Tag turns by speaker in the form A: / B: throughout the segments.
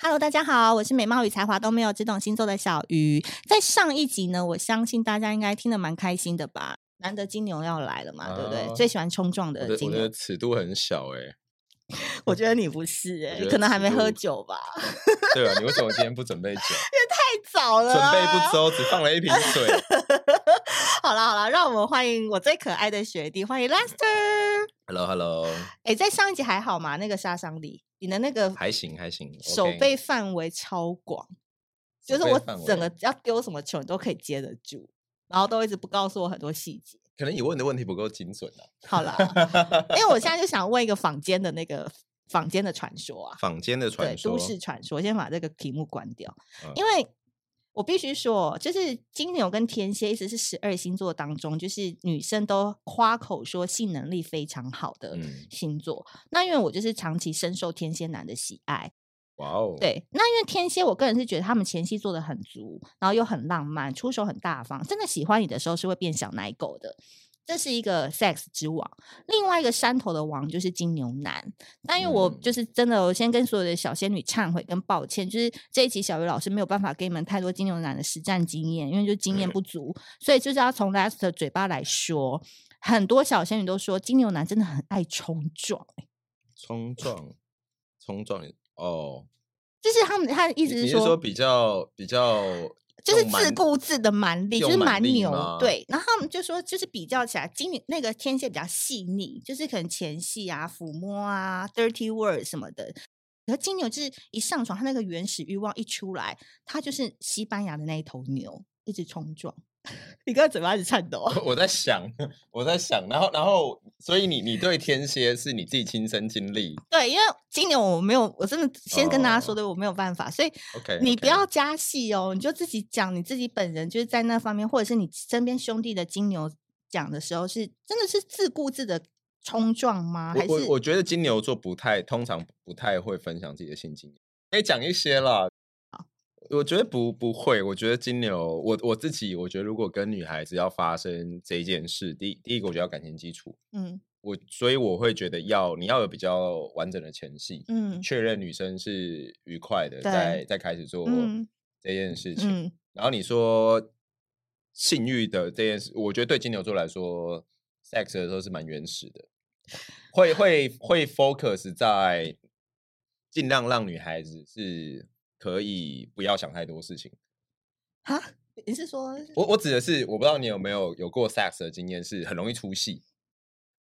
A: Hello，大家好，我是美貌与才华都没有，只懂星座的小鱼。在上一集呢，我相信大家应该听得蛮开心的吧？难得金牛要来了嘛，对不对？
B: 啊
A: 最喜欢冲撞
B: 我
A: 的
B: 的
A: 金
B: 我的
A: 牛，
B: 尺度很小哎、
A: 我觉得你不是、欸，
B: 觉得
A: 可能还没
B: 尺
A: 喝
B: 度
A: 酒吧？
B: 对啊，你为什么今天不准备酒？
A: 太早了、
B: 准
A: 啊，
B: 备不周，只放了 一瓶水。
A: 好了好了，让我们欢迎我最可爱的学弟，欢迎 Lester。
B: Hello Hello，
A: 哎，在上一集还好吗？那个杀伤力，你的那个
B: 还行还行，
A: 手
B: OK
A: 背范围超广，
B: 手
A: 就是
B: 背
A: 我
B: 范围
A: 整个要丢什么球你都可以接得住，然后都一直不告诉我很多细节。
B: 可能你问的问题不够精准啊。
A: 好啦，因为我现在就想问一个坊间的那个坊间的传说啊，
B: 坊间的
A: 对，
B: 传说，
A: 都市传说，先把这个题目关掉，
B: 嗯
A: 因为我必须说，就是金牛跟天蝎一直是十二星座当中，就是女生都夸口说性能力非常好的
B: 嗯
A: 星座。那因为我就是长期深受天蝎男的喜爱，
B: 哇哦，，
A: 对，那因为天蝎，我个人是觉得他们前戏做的很足，然后又很浪漫，出手很大方，真的喜欢你的时候是会变小奶狗的。这是一个 sex 之王，另外一个山头的王就是金牛男。但因为我
B: 嗯
A: 就是真的，我先跟所有的小仙女忏悔跟抱歉，就是这一集小鱼老师没有办法给你们太多金牛男的实战经验，因为就经验不足，所以就是要从 Last 的嘴巴来说，很多小仙女都说金牛男真的很爱冲撞，
B: 冲撞，冲撞哦，
A: 就是他们他的意
B: 你
A: 思
B: 你是说比较比较
A: 就是
B: 用蛮
A: 自顾自的蛮力，就
B: 用
A: 是
B: 蛮
A: 蛮
B: 力
A: 牛
B: 吗。
A: 对，然后他们就说，就是比较起来，金牛那个天蝎比较细腻，就是可能前戏啊、抚摸啊、dirty word 什么的。可是金牛就是一上床，他那个原始欲望一出来，他就是西班牙的那一头牛，一直冲撞。 你刚才嘴巴一直颤抖 啊，
B: 我在想，我在想，然后然后，所以你你对天蝎是你自己亲身 经历
A: 对，因为金牛我没有，我真的先跟大家说
B: 哦
A: 对，我没有办法，所以
B: ，OK？
A: 你不要加戏哦，你就自己讲你自己本人就是在那方面，或者是你身边兄弟的金牛讲的时候是，真的是自顾自的冲撞吗？还
B: 我
A: 是
B: 我我觉得金牛座不太，通常不太会分享自己的性经验，可以讲一些啦。我觉得不不会，我觉得金牛，我我自己，我觉得如果跟女孩子要发生这件事，第一第一个我觉得要感情基础，
A: 嗯
B: 我所以我会觉得要你要有比较完整的前戏，
A: 嗯
B: 确认女生是愉快的，
A: 对
B: 再再开始做
A: 嗯
B: 这件事情。
A: 嗯
B: 然后你说性欲的这件事，我觉得对金牛座来说，sex 的时候是蛮原始的，会会会 focus 在尽量让女孩子是可以不要想太多事情。
A: 哈，你是说
B: 我我指的是，我不知道你有没有有过 sex 的经验，是很容易出戏。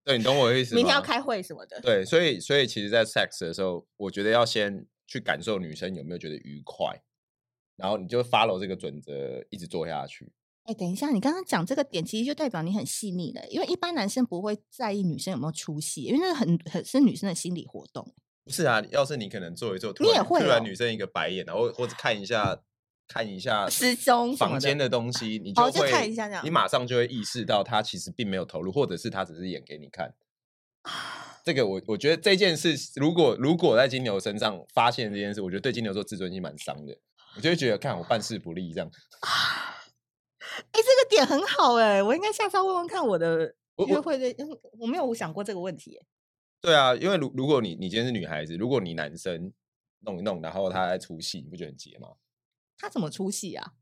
B: 对，你懂我的意思吗？
A: 明天要开会什么的？
B: 对，所以所以其实，在 sex 的时候，我觉得要先去感受女生有没有觉得愉快，然后你就 follow 这个准则一直做下去。
A: 哎、等一下，你刚刚讲这个点，其实就代表你很细腻了，因为一般男生不会在意女生有没有出戏，因为那很很是女生的心理活动。
B: 不是啊，要是你可能做一做，突
A: 你
B: 然
A: 也会
B: 突
A: 哦
B: 然女生一个白眼，然后或者看一下看一下
A: 失踪什么
B: 啊房
A: 的
B: 间的东西，你
A: 哦就
B: 会、
A: 看一下这样
B: 你马上就会意识到他其实并没有投入，或者是他只是演给你看。
A: 啊
B: 这个我我觉得这件事，如果如果在金牛身上发现这件事，我觉得对金牛座自尊心蛮伤的。我就会觉得，看我办事不力这样。
A: 哎、这个点很好哎、我应该下次要问问看我的
B: 我
A: 约
B: 我
A: 会的，因为我没有想过这个问题、欸。
B: 对啊，因为如如果你你今天是女孩子，如果你男生弄一弄，然后他在出戏，你不觉得很结吗？
A: 他怎么出戏啊？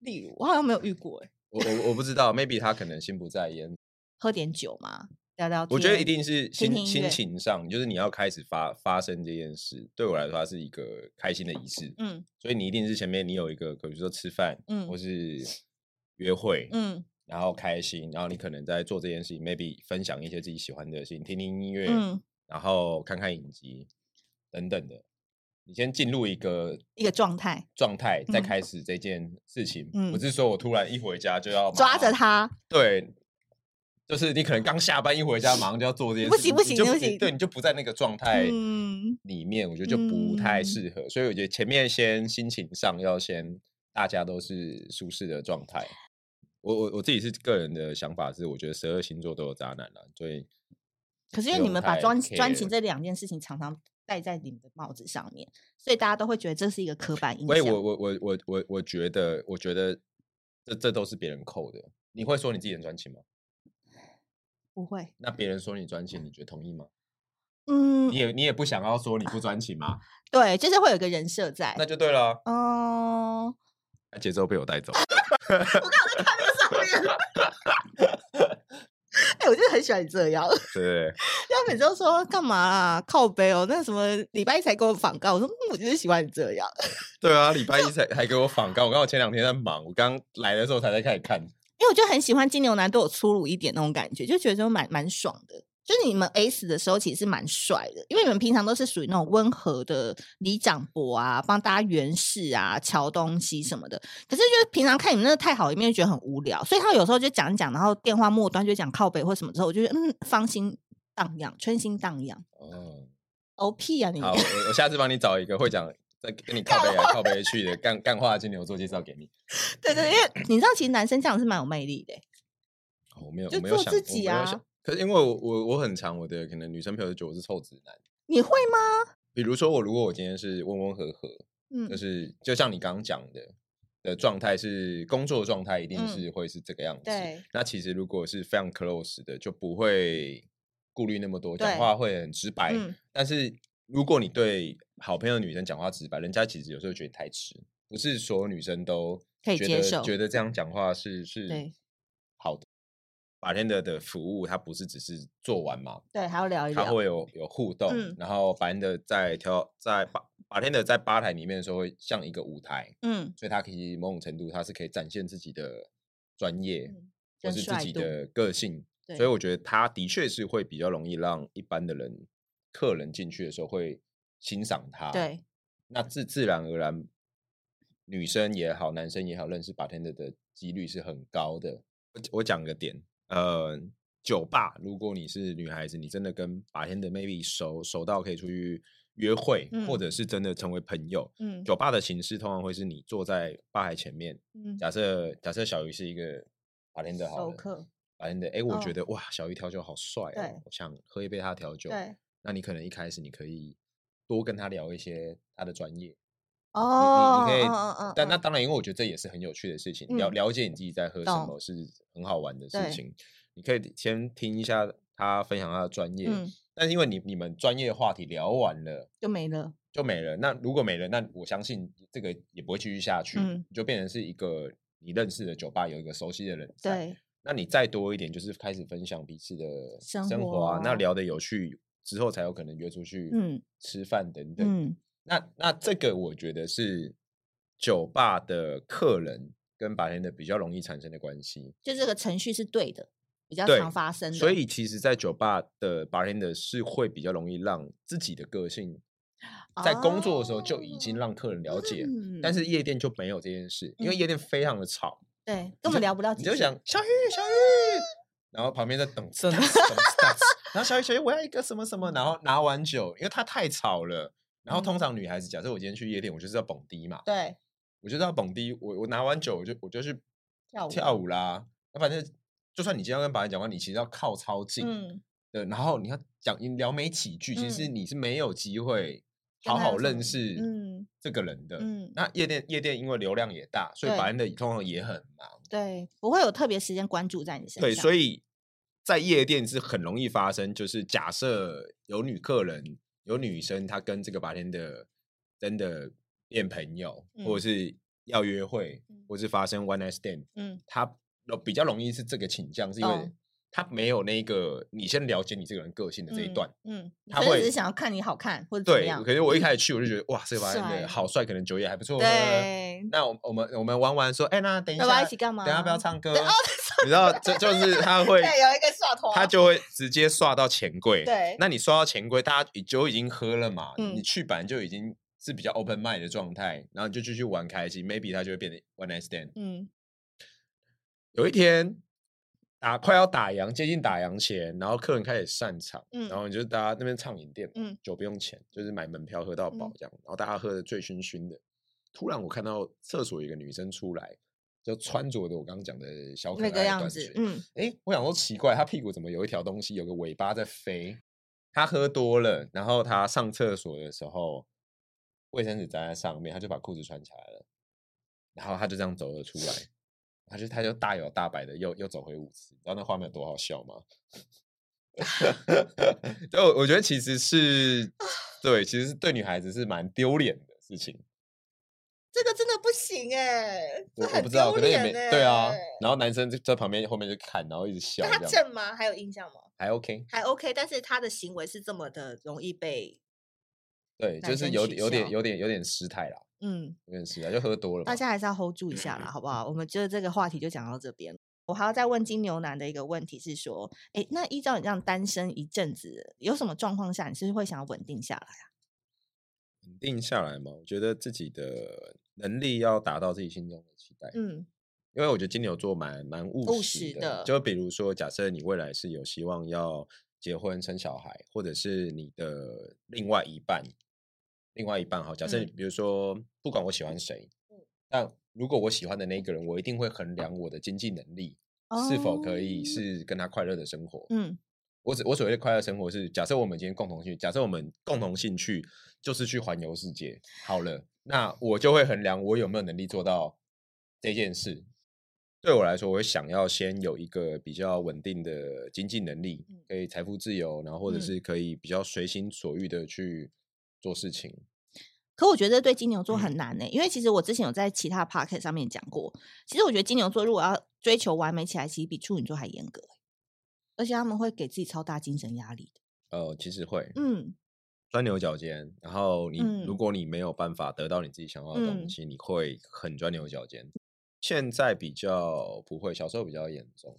A: 例如，我好像没有遇过哎、
B: 我我我不知道，maybe 他可能心不在焉，
A: 喝点酒嘛，聊聊天。
B: 我觉得一定是
A: 听
B: 心
A: 听音乐
B: 心情上，就是你要开始发发生这件事，对我来说，它是一个开心的仪式。
A: 嗯
B: 所以你一定是前面你有一个，比如说吃饭，
A: 嗯
B: 或是约会，
A: 嗯
B: 然后开心，然后你可能在做这件事情，maybe 分享一些自己喜欢的事情，听听音乐，
A: 嗯，
B: 然后看看影集等等的。你先进入一个
A: 一个状态，
B: 状态，再
A: 嗯
B: 开始这件事情。
A: 嗯
B: 不是说我突然一回家就要
A: 抓着
B: 他。
A: 他。
B: 对，就是你可能刚下班一回家，马上就要做这件
A: 不
B: 事，
A: 行
B: 情，
A: 不
B: 你
A: 行
B: 就
A: 不
B: 你
A: 行
B: 对，你就不在那个状态
A: 嗯
B: 里面，我觉得就不太
A: 嗯
B: 适合。所以我觉得前面先心情上要先大家都是舒适的状态。我我我自己是个人的想法是，我觉得十二星座都有渣男了，所以
A: 可是因
B: 不
A: 为你
B: 用
A: 们把
B: 太
A: 专专情
B: care
A: 这两件事情常常戴在你们的帽子上面，所以大家都会觉得这是一个刻板印
B: 喂，
A: 象。
B: 我我我我我我觉得，我觉得这这都是别人扣的。你会说你自己很专情吗？
A: 不会，
B: 那别人说你专情，你觉得同意吗？
A: 嗯
B: 你，也你也不想要说你不专 情嘛，
A: 对，就是会有一个人设在
B: 那。就对了。啊
A: 哦，
B: 节奏被我带走，
A: 上面哎、我真的很喜欢你这样。
B: 对，
A: 他每次都说干嘛啊，靠背哦，那什么礼拜一才给我访告，我说、嗯、我就是喜欢你这样。
B: 对啊，礼拜一才还给我访刚，我刚好前两天在忙，我刚来的时候才在开始看。
A: 因为我就很喜欢金牛男对我粗鲁一点那种感觉，就觉得说蛮蛮爽的。就是你们 S 的时候其实是蛮帅的，因为你们平常都是属于那种温和的里长伯啊，帮大家圆事啊、瞧东西什么的。可是就是平常看你们那个太好一面，就觉得很无聊，所以他有时候就讲一讲，然后电话末端就讲靠北或什么之后，我就觉得嗯，芳心荡漾，春心荡漾。
B: 哦，
A: 哦屁啊你！
B: 好，我我下次帮你找一个会讲再跟你靠背来靠背去的干干话金牛座介绍给你。
A: 对对，因为你知道，其实男生这样是蛮有魅力的欸、
B: 哦我没有，
A: 就
B: 我没有
A: 做
B: 想，
A: 自
B: 我
A: 己
B: 没有
A: 啊
B: 想。可是因为我我我很常我的可能女生朋友就觉得我是臭直男，
A: 你会吗？
B: 比如说我如果我今天是温温和和，就
A: 嗯，
B: 是就像你刚刚讲的的状态是工作状态，一定
A: 嗯
B: 是会是这个样子。
A: 对，
B: 那其实如果是非常 close 的，就不会顾虑那么多，讲
A: 对
B: 话会很直白。
A: 嗯
B: 但是如果你对好朋友的女生讲话直白，人家其实有时候觉得你太直，不是所有女生都
A: 可以
B: 觉
A: 接
B: 得
A: 受
B: 觉得这样讲话是是
A: 对
B: 好的。把 e 的的服务，它不是只是做完嘛，
A: 对，还要聊一
B: 它
A: 聊。
B: 会有有互动，
A: 嗯
B: 然后白天的在调在把白天的在吧台里面的时候会像一个舞台，
A: 嗯，
B: 所以它可以某种程度它是可以展现自己的专业、
A: 嗯
B: 或
A: 跟
B: 是自
A: 帅
B: 己
A: 度
B: 的个性，
A: 对
B: 所以我觉得它的确是会比较容易让一般的人客人进去的时候会欣赏它，，
A: 对，
B: 那自自然而然，女生也好，男生也好，认识 bartender 的几率是很高的。我我讲个点，呃，酒吧，如果你是女孩子，你真的跟 bartender maybe 熟熟到可以出去约会，或
A: 嗯
B: 者是真的成为朋友，
A: 嗯
B: 酒吧的形式通常会是你坐在吧台前面，
A: 嗯，
B: 假设假设小鱼是一个 bartender 好
A: 授
B: 了
A: 课，
B: ，bartender，哎，我
A: 哦
B: 觉得、哇，小鱼调酒好帅
A: 对
B: 哦，我想喝一杯他的调酒，
A: 对，
B: 那你可能一开始你可以多跟他聊一些他的专业，
A: 哦，
B: 你你可以
A: 嗯嗯嗯，
B: 但那
A: 嗯
B: 当然，因为我觉得这也是很有趣的事情，了
A: 嗯
B: 了解你自己在喝什么
A: 懂
B: 是很好玩的事
A: 对
B: 情。你可以先听一下他分享他的专业，
A: 嗯
B: 但是因为你你们专业话题聊完了
A: 就没了，
B: 就没了。那如果没了，那我相信这个也不会继续下去，
A: 嗯
B: 就变成是一个你认识的酒吧有一个熟悉的人在。
A: 对，
B: 那你再多一点，就是开始分享彼此的
A: 生
B: 生活啊，那
A: 活
B: 聊得有趣之后，才有可能约出去
A: 嗯
B: 吃饭等等。
A: 嗯
B: 那那这个我觉得是酒吧的客人跟白天的比较容易产生的关系，
A: 就这个程序是对的，比较
B: 对
A: 常发生的，
B: 所以其实，在酒吧的白天的是会比较容易让自己的个性在工作的时候就已经
A: 哦
B: 让客人了解，但
A: 嗯
B: 是夜店就没有这件事，因为夜店非常的吵，
A: 对根本聊不到几
B: 你
A: 句，
B: 就想小玉小玉，然后旁边在等等然后小玉小玉我要一个什么什么，然后拿完酒，因为它太吵了。然
A: 嗯
B: 后通常女孩子，假设我今天去夜店，我就是要蹦迪嘛，
A: 对
B: 我就到蹦迪，我我拿完酒我就我就去
A: 跳舞
B: 跳舞啦。那反正就算你今天要跟白人讲话，你其实要靠超近的，
A: 嗯，
B: 然后你要讲你聊没几句，其实
A: 嗯
B: 你是没有机会
A: 跟
B: 好
A: 他
B: 好
A: 有什
B: 认
A: 么
B: 识
A: 嗯
B: 这个人的。
A: 嗯
B: 那夜店夜店因为流量也大，所以白人的通常也很忙。
A: 对，不会有特别时间关注在你身上，
B: 对，所
A: 以
B: 以在夜店是很容易发生，就是假设有女客人、有女生，她跟这个白天的真的变朋友，或
A: 嗯
B: 者是要约会，
A: 嗯
B: 或是发生 one night stand，
A: 嗯
B: 她比较容易是这个倾向，是因为
A: 懂
B: 她没有那个你先了解你这个人个性的这一段。
A: 嗯，嗯，
B: 他
A: 可能
B: 会
A: 只是想要看你好看或者怎么
B: 对，
A: 样嗯
B: 可，是我一开始去我就觉得哇，这个白天
A: 帅
B: 的好帅，可能酒也还不错。。
A: 对，
B: 那我我们我们玩完说，哎、那等一
A: 要不要
B: 下
A: 一起干嘛？
B: 等一 下不要唱歌
A: 对哦，
B: 你知道，这就是他 会
A: 对，有一个刷头，
B: 他就会直接刷到钱柜。
A: 对
B: 那你刷到钱柜，大家已酒已经喝了嘛，
A: 嗯
B: 你去本来就已经是比较 open mind 的状态，然后你就继续玩开心，maybe 他就会变得 one night stand。
A: 嗯
B: 有一天打快要打烊，接近打烊前，然后客人开始散场，
A: 嗯
B: 然后你就大家那边畅饮店，
A: 嗯
B: 酒不用钱，就是买门票喝到饱
A: 嗯
B: 这样，然后大家喝的醉醺醺的。突然我看到厕所有一个女生出来，就穿着的我刚刚讲的小可爱
A: 那个
B: 的
A: 样
B: 短
A: 子
B: 裙，
A: 嗯
B: 诶，我想说奇怪，他屁股怎么有一条东西，有个尾巴在飞？他喝多了，然后他上厕所的时候，卫生纸粘在上面，他就把裤子穿起来了，然后他就这样走了出 来， 他就他就大摇大摆的又又走回舞池，你知道那画面有多好笑吗？对，我觉得其 实是对，其实是对女孩子是蛮丢脸的事情。
A: 这个真的不行哎、这
B: 我我
A: 很
B: 不知道，
A: 丢
B: 可能也没
A: 脸
B: 对啊
A: 欸。
B: 然后男生就在旁边后面就看，然后一直笑
A: 那他
B: 这样，
A: 正吗？还有印象吗？
B: 还 OK。
A: 还 OK，但是他的行为是这么的容易被
B: 对，
A: 男
B: 就是
A: 生
B: 有
A: 取
B: 点有点
A: 笑
B: 有点有点失态啦，
A: 嗯，
B: 有点失态，就喝多了嘛。
A: 大家还是要 hold 住一下啦，好不好？我们就这个话题就讲到这边。我还要再问金牛男的一个问题是说，哎，那依照你这样单身一阵子，有什么状况下你是会想要稳定下来？
B: 稳定下来嘛，我觉得自己的能力要达到自己心中的期待。
A: 嗯
B: 因为我觉得金牛座蛮蛮务
A: 务
B: 实
A: 实
B: 的，
A: 的
B: 就比如说，假设你未来是有希望要结婚生小孩，或者是你的另外一半，另外一半哈，假设你
A: 嗯
B: 比如说，不管我喜欢谁，但如果我喜欢的那一个人，我一定会衡量我的经济能力是否可以
A: 哦
B: 是跟他快乐的生活。
A: 嗯
B: 我只我所谓的快乐生活是，假设我们今天共同兴趣，假设我们共同兴趣就是去环游世界，好了，那我就会衡量我有没有能力做到这件事。对我来说，我会想要先有一个比较稳定的经济能力
A: 嗯，
B: 可以财富自由，然后或者
A: 嗯
B: 是可以比较随心所欲的去做事情。
A: 可我觉得对金牛座很难呢、欸因为其实我之前有在其他 p o c k e t 上面讲过，其实我觉得金牛座如果要追求完美起来，其实比处女座还严格欸、而且他们会给自己超大精神压力的。
B: 呃，其实会
A: 嗯，
B: 钻牛角尖，然后你、如
A: 嗯
B: 果你没有办法得到你自己想要的东
A: 嗯
B: 西，你会很钻牛角尖。现在比较不会，小时候比较严重，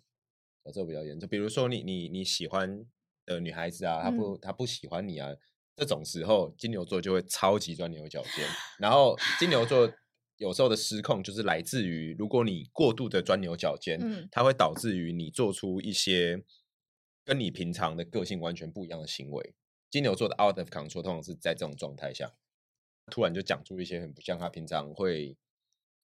B: 小时候比较严重。比如说你你你喜欢的女孩子啊，她
A: 嗯
B: 不、她不喜欢你啊，这种时候金牛座就会超级钻牛角尖。然后金牛座有时候的失控就是来自于，如果你过度的钻牛角尖，
A: 嗯
B: 它会导致于你做出一些跟你平常的个性完全不一样的行为。金牛座的 out of control 通常是在这种状态下，突然就讲出一些很不像他平常会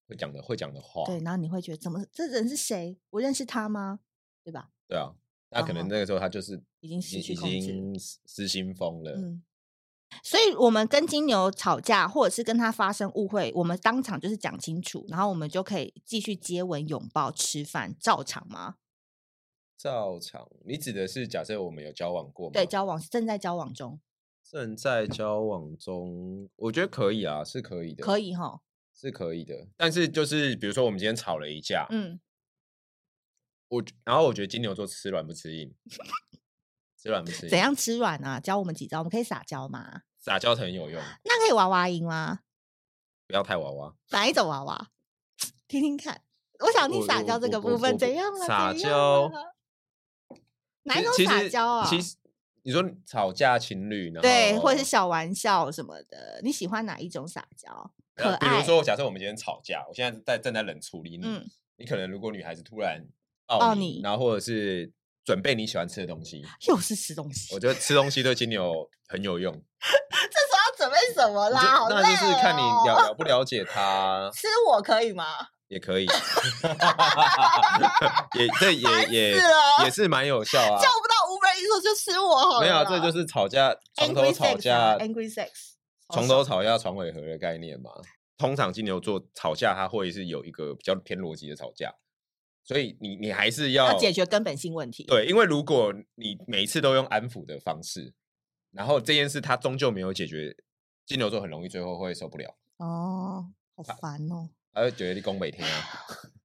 B: 会讲的会讲的话，
A: 对，然后你会觉得怎么这人是谁？我认识他吗？对吧？
B: 对啊，那可
A: 然
B: 能
A: 后
B: 那个时候他就是
A: 哦已经失
B: 已
A: 去控制了
B: 经失失心疯了，
A: 嗯，所以我们跟金牛吵架，或者是跟他发生误会，我们当场就是讲清楚，然后我们就可以继续接吻、拥抱、吃饭，照常吗？
B: 照常，你指的是假设我们有交往过吗？
A: 对，交往正在交往中，
B: 正在交往中，我觉得可以啊，是可以的，
A: 可以哈。
B: 是可以的。但是就是比如说我们今天吵了一架，
A: 嗯，
B: 我然后我觉得金牛座吃软不 吃硬，吃软不吃硬，
A: 怎样吃软啊？教我们几招，我们可以撒娇吗？
B: 撒娇很有用，
A: 那可以娃娃音吗？
B: 不要太娃娃。
A: 哪一种娃娃？听听看，我想听
B: 我
A: 撒
B: 我
A: 娇这
B: 我
A: 个
B: 我
A: 部
B: 我
A: 分，
B: 不
A: 怎样啊？
B: 撒
A: 怎样
B: 娇
A: 啊哪一种
B: 其实
A: 撒娇啊？
B: 其实哦你说吵架情侣，然
A: 对，或者
B: 后
A: 是小玩笑什么的，你喜欢哪一种撒娇？可
B: 呃比
A: 爱，
B: 如说，假设我们今天吵架，我现在在正在冷处理你，
A: 嗯，
B: 你可能如果女孩子突然
A: 抱
B: 你，
A: 你
B: 然后或者是准备你喜欢吃的东西，
A: 又是吃东西，
B: 我觉得吃东西对金牛很有用。
A: 要准备什么
B: 我
A: 啦？
B: 觉
A: 好
B: 得那就是看你
A: 累
B: 了
A: 哦
B: 了不了解 他
A: 吃我可以吗？
B: 也可以，也这也也
A: 死了
B: 也是蛮有效啊
A: 叫。不到 Uber 一说就吃我好了啦。
B: 没有啊，这就是吵架床
A: angry
B: 头吵
A: sex 啊
B: 架
A: ，angry sex，好
B: 床
A: 爽
B: 头吵架床尾和的概念嘛。通常金牛座吵架，它会是有一个比较偏逻辑的吵架，所以你你还是要
A: 要解决根本性问题。，
B: 对，因为如果你每一次都用安抚的方式，然后这件事它终究没有解决，金牛座很容易最后会受不了，
A: 哦，好烦哦。
B: 他会觉得你攻北天啊，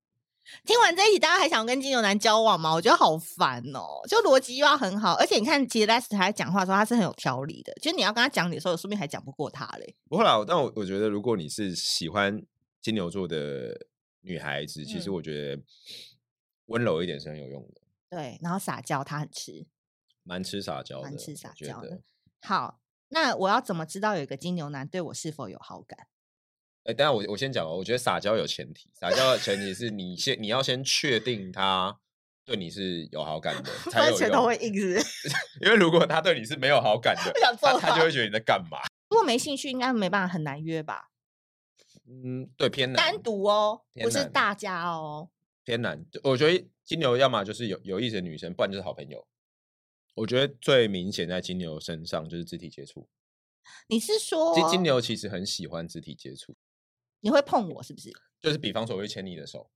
A: 听完这一集，大家还想跟金牛男交往吗？我觉得好烦哦，就逻辑又要很好，而且你看，其实 Lester 他在讲话的时候，他是很有条理的，就是你要跟他讲理的时候，说不定还讲不过他嘞。
B: 不会啦，但我我觉得，如果你是喜欢金牛座的女孩子，其实
A: 嗯
B: 我觉得温柔一点是很有用的，
A: 对，然后撒娇他很吃，
B: 蛮吃撒娇的，
A: 蛮吃
B: 我
A: 撒
B: 觉
A: 娇
B: 得
A: 的。好，那我要怎么知道有一个金牛男对我是否有好感？
B: 哎，等一下我我先讲哦，我觉得撒娇有前提，撒娇的前提是你先你要先确定他对你是有好感的才
A: 完
B: 有
A: 全都
B: 用
A: 会，硬 是不是
B: 因为如果他对你是没有好感 的
A: 我，想
B: 他
A: 揍
B: 他就会觉得你在干嘛？
A: 如果没兴趣，应该没办法很难约吧？
B: 嗯，对，偏难，
A: 单独哦，
B: 天
A: 不是
B: 然
A: 大家哦。
B: 偏难。就我觉得金牛要么就是有有意思的女生，不然就是好朋友。我觉得最明显在金牛身上就是肢体接触，
A: 你是说
B: 金金牛其实很喜欢肢体接触，
A: 你会碰我是不是？
B: 就是比方说我会牵你的手，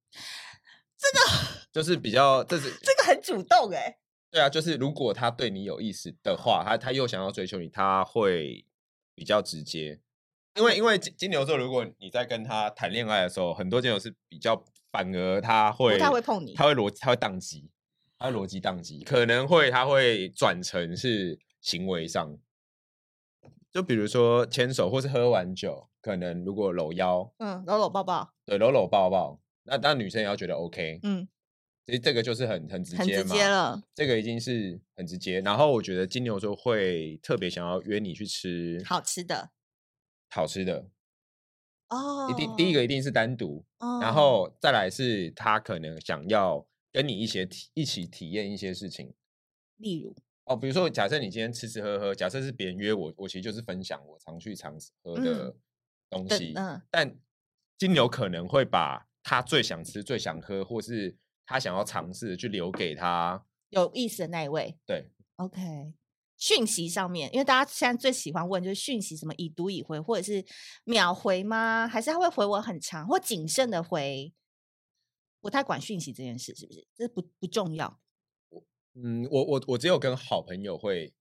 B: 这个就是比较这是
A: 这个很主动哎、
B: 对啊，就是如果他对你有意思的话，他他又想要追求你，他会比较直接。因为因为金金牛座，如果你在跟他谈恋爱的时候，很多金牛是比较反而他会
A: 太会碰你
B: 他会逻他会宕机，他会逻辑宕机，可能会他会转成是行为上，就比如说牵手或是喝完酒，可能如果搂腰，
A: 嗯，搂搂抱抱，
B: 对，搂搂抱抱，那当然女生也要觉得 OK，
A: 嗯，
B: 其实这个就是很很直
A: 很
B: 接
A: 直
B: 嘛，
A: 接了。
B: 这个已经是很直接。然后我觉得金牛座会特别想要约你去吃
A: 好吃的
B: 好吃的，
A: 哦，
B: 一定第一
A: 个，
B: 个一定是单独，
A: 哦、
B: 然后再来是他可能想要跟你一起体一起体验一些事情
A: 例如，
B: 哦，比如说假设你今天吃吃喝喝，假设是别人约我，我其实就是分享我常去常喝的东
A: 嗯对
B: 西，
A: 嗯
B: 但金牛可能会把他最想吃、最想喝，或是他想要尝试的，去留给他。
A: 有意思的那一位
B: 对，
A: ，OK。讯息上面，因为大家现在最喜欢问就是讯息，什么已读已回，或者是秒回吗？还是他会回我很长，或谨慎的回？不太管讯息这件事，是不是？这不不重要。
B: 嗯，我我我只有跟好朋友会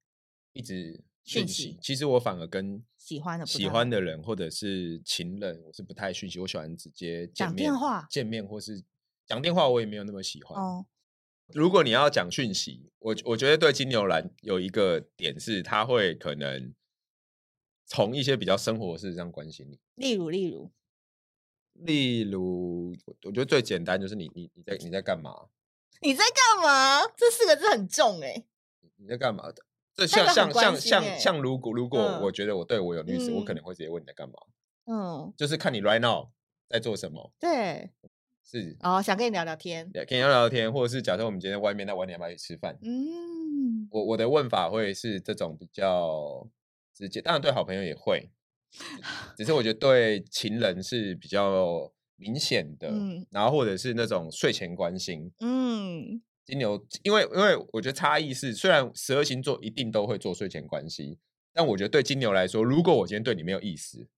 B: 一直
A: 讯
B: 讯
A: 息
B: 息，其实我反而跟
A: 喜欢的不
B: 喜
A: 太
B: 欢
A: 会
B: 的人或者是情人，我是不太讯息，我喜欢直接见
A: 讲
B: 面
A: 电话
B: 见面或是讲电话，我也没有那么喜欢。
A: 哦，
B: 如果你要讲讯息，我我觉得对金牛男有一个点是，他会可能从一些比较生活的事上关心你，
A: 例如例如，
B: 例如我我觉得最简单就是你你你在你在干嘛？
A: 你在干嘛？这四个字很重哎、
B: 你在干嘛？这
A: 那
B: 像
A: 个很
B: 像
A: 关
B: 像
A: 心欸
B: 像像如果如果
A: 嗯
B: 我觉得我对我有意思，我可
A: 嗯
B: 能会直接问你在干嘛，
A: 嗯，
B: 就是看你 right now 在做什么，
A: 对，
B: 是
A: 哦，想跟你聊聊天，
B: 也跟你聊聊天，或者是假设我们今天在外面，那晚点要不要去吃饭？
A: 嗯，
B: 我我的问法会是这种比较直接，当然对好朋友也会， 只只是我觉得对情人是比较明显的，
A: 嗯
B: 然后或者是那种睡前关心。
A: 嗯，
B: 金牛，因为因为我觉得差异是，虽然十二星座一定都会做睡前关系，但我觉得对金牛来说，如果我今天对你没有意思，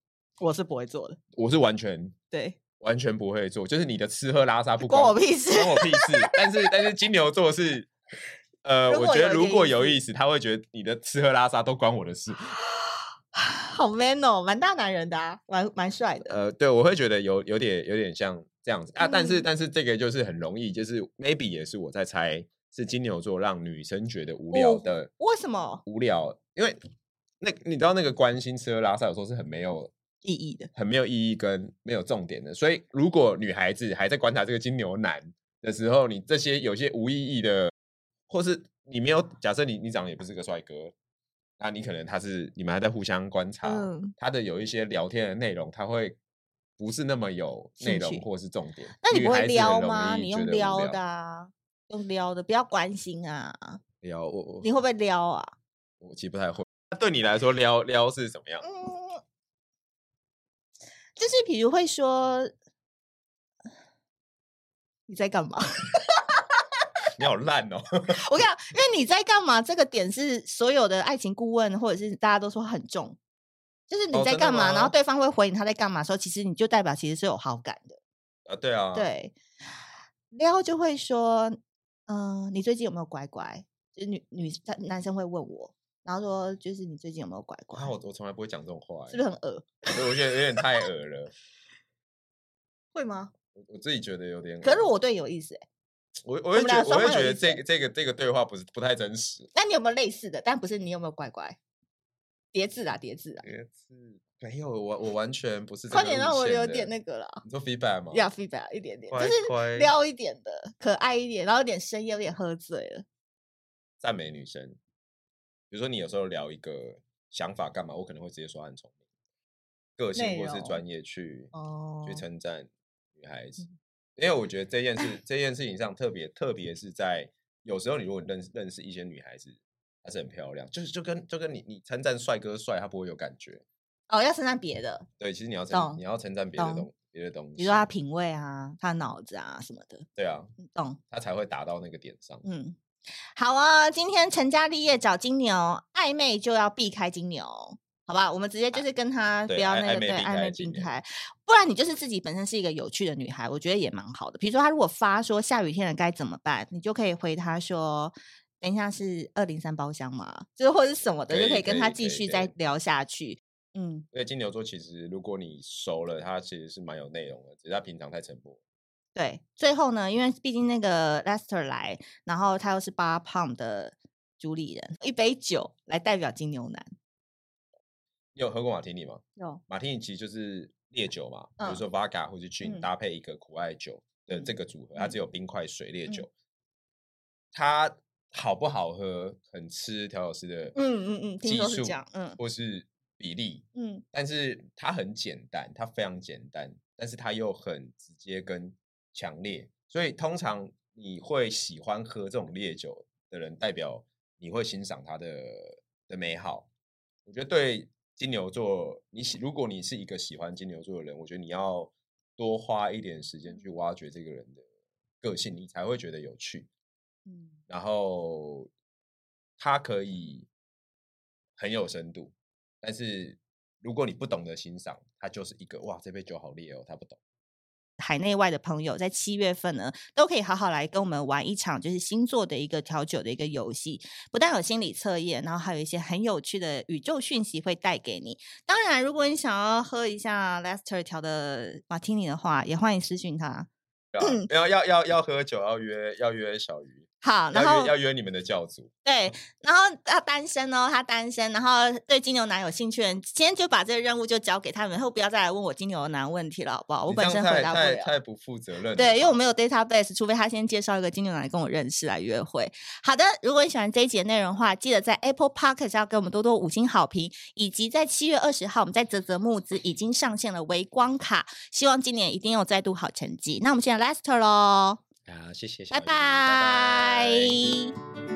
A: 我是不会做的，
B: 我是完全
A: 对，
B: 完全不会做，就是你的吃喝拉撒不
A: 关我
B: 屁。
A: 屁事。
B: 关我屁事。但是但是金牛座是，呃，
A: 如
B: 我
A: 果
B: 觉
A: 有
B: 得
A: 一
B: 如
A: 点
B: 果
A: 意
B: 有
A: 思啊
B: 意思，他会觉得你的吃喝拉撒都关我的事。
A: 好 man 哦，蛮大男人的啊，蛮蛮帅的。
B: 呃，对，我会觉得有有点有点像这样子啊。但是
A: 嗯
B: 但是这个就是很容易，就是 maybe 也是我在猜，是金牛座让女生觉得无聊
A: 哦
B: 的
A: 为什么
B: 无聊，因为那你知道那个关心吃喝拉撒有时候是很没有。
A: 意义的？
B: 很没有意义跟没有重点的。所以，如果女孩子还在观察这个金牛男的时候，你这些有些无意义的，或是你没有假设你你长得也不是个帅哥，那你可能他是你们还在互相观察，
A: 嗯
B: 他的有一些聊天的内容，他会不是那么有内
A: 兴
B: 容
A: 趣
B: 或是重点。
A: 那你
B: 女
A: 不
B: 孩
A: 会
B: 子
A: 撩
B: 很容
A: 吗？
B: 易
A: 你
B: 觉
A: 用
B: 得无
A: 撩
B: 聊
A: 的啊，用撩的，不要关心啊。
B: 撩我我
A: 你会不会撩啊？
B: 我其实不太会。那对你来说，撩撩是什么样？
A: 嗯，就是比如会说 你在干嘛？
B: 你好烂哦！
A: 我跟你讲，因为你在干嘛这个点是所有的爱情顾问或者是大家都说很重，就是你
B: 哦
A: 在
B: 真的
A: 干嘛，然后
B: 吗
A: 对方会回你他在干嘛的时候，其实你就代表其实是有好感的。
B: 啊，对啊，，
A: 对，撩就会说，嗯、你最近有没有乖乖？就是女女他男生会问我，然后说就是你最近有没有乖乖？
B: 啊，我我从来不会讲这种话、欸，
A: 是不是很恶？
B: 所以我觉得有点太恶了。
A: 会吗？
B: 我我自己觉得有点恶。
A: 可是我对你有意思、欸，
B: 我我会
A: 们
B: 觉
A: 俩
B: 得我
A: 双
B: 会
A: 方有
B: 觉得
A: 意
B: 这
A: 见
B: 个这个这个对话不是不太真实。
A: 那你有没有类似的？但不是你有没有乖乖？叠字啊，叠字啊，
B: 也是没有我我完全不是这
A: 快
B: 个
A: 点
B: 路
A: 让我
B: 线
A: 有
B: 的啊
A: 点那个啦。
B: 你做 feedback 吗？
A: 要 feedback 一点点，就
B: 乖
A: 是
B: 乖
A: 撩一点的，可爱一点，然后有点深夜，有点喝醉了。
B: 赞美女生，比如说你有时候聊一个想法干嘛，我可能会直接说她很聪明，个性
A: 内
B: 或是
A: 容
B: 专业去
A: 哦嗯
B: 去称赞女孩子，因为我觉得这件事这件事情上特别特别是在有时候你如果认识认识一些女孩子，她是很漂亮，就是就跟就跟你你称赞帅哥帅，她不会有感觉。
A: 哦，要称赞别的，
B: 对，其实你要
A: 懂
B: 称你要称赞别的
A: 懂
B: 东别的东西，
A: 比如说他品味啊，他脑子啊什么的，
B: 对啊，
A: 嗯懂？
B: 他才会达到那个点上。
A: 嗯，好啊，今天成家立业找金牛，暧昧就要避开金牛。好吧，我们直接就是跟他不
B: 哎对
A: 要
B: 暧
A: 那个
B: 暧昧
A: 对暧
B: 避开
A: 昧
B: 金
A: 避
B: 牛
A: 开，不然你就是自己本身是一个有趣的女孩，我觉得也蛮好的。比如说，她如果发说下雨天了该怎么办，你就可以回她说：“等等一下是二零三包厢嘛，就是或者什么的，
B: 可
A: 就可
B: 以
A: 以跟
B: 可
A: 他
B: 以
A: 继
B: 可以
A: 续
B: 可
A: 再
B: 以
A: 聊下去。嗯，
B: 因为金牛座其实如果你熟了，他其实是蛮有内容的，只是他平常太沉默。
A: 对。最后呢，因为毕竟那个 Lester 来，然后他又是八胖的主理人，一杯酒来代表金牛男。
B: 你有喝过马提尼吗？
A: 有，
B: 马提尼其实就是烈酒嘛，
A: 嗯
B: 比如说 Vodka 或是 Gin、
A: 嗯
B: 搭配一个苦艾酒的这个组合，它只
A: 嗯
B: 有冰块、水、烈
A: 嗯
B: 酒。它好不好喝，很吃调酒师的
A: 嗯嗯嗯，听
B: 技
A: 说是
B: 术
A: 这样。嗯
B: 或是比例，
A: 嗯
B: 但是它很简单，它非常简单，但是它又很直接跟强烈，所以通常你会喜欢喝这种烈酒的人，代表你会欣赏它的的美好。我觉得对金牛座，你喜如果你是一个喜欢金牛座的人，我觉得你要多花一点时间去挖掘这个人的个性，你才会觉得有趣。
A: 嗯，
B: 然后它可以很有深度，但是如果你不懂得欣赏，它就是一个哇，这杯酒好烈哦，他不懂。
A: 海内外的朋友，在七月份呢，都可以好好来跟我们玩一场，就是星座的一个调酒的一个游戏。不但有心理测验，然后还有一些很有趣的宇宙讯息会带给你。当然，如果你想要喝一下 Lester 调的马提尼的话，也欢迎私讯他。
B: 对啊
A: 嗯
B: 要要要要喝酒，要约要约小鱼，
A: 好，然
B: 要
A: 后
B: 约嗯要约你们的教主。
A: 对，然后他单身哦，他单身，然后对金牛男有兴趣的人，今天就把这个任务就交给他们，以后不要再来问我金牛男问题了，好不好？我
B: 你
A: 本
B: 这
A: 身
B: 样
A: 回
B: 太
A: 答不
B: 太
A: 了。
B: 太不负责任了吧。
A: 对，因为我没有 database，除非他先介绍一个金牛男跟我认识来约会。好的，如果你喜欢这一节内容的话，记得在 Apple p o c k e t 要给我们多多五星好评，以及在七月二十号，我们在泽泽募资已经上线了微光卡，希望今年一定有再度好成绩。那我们现在 Lester 喽，
B: 啊，谢谢小
A: 拜
B: 鱼拜拜
A: 拜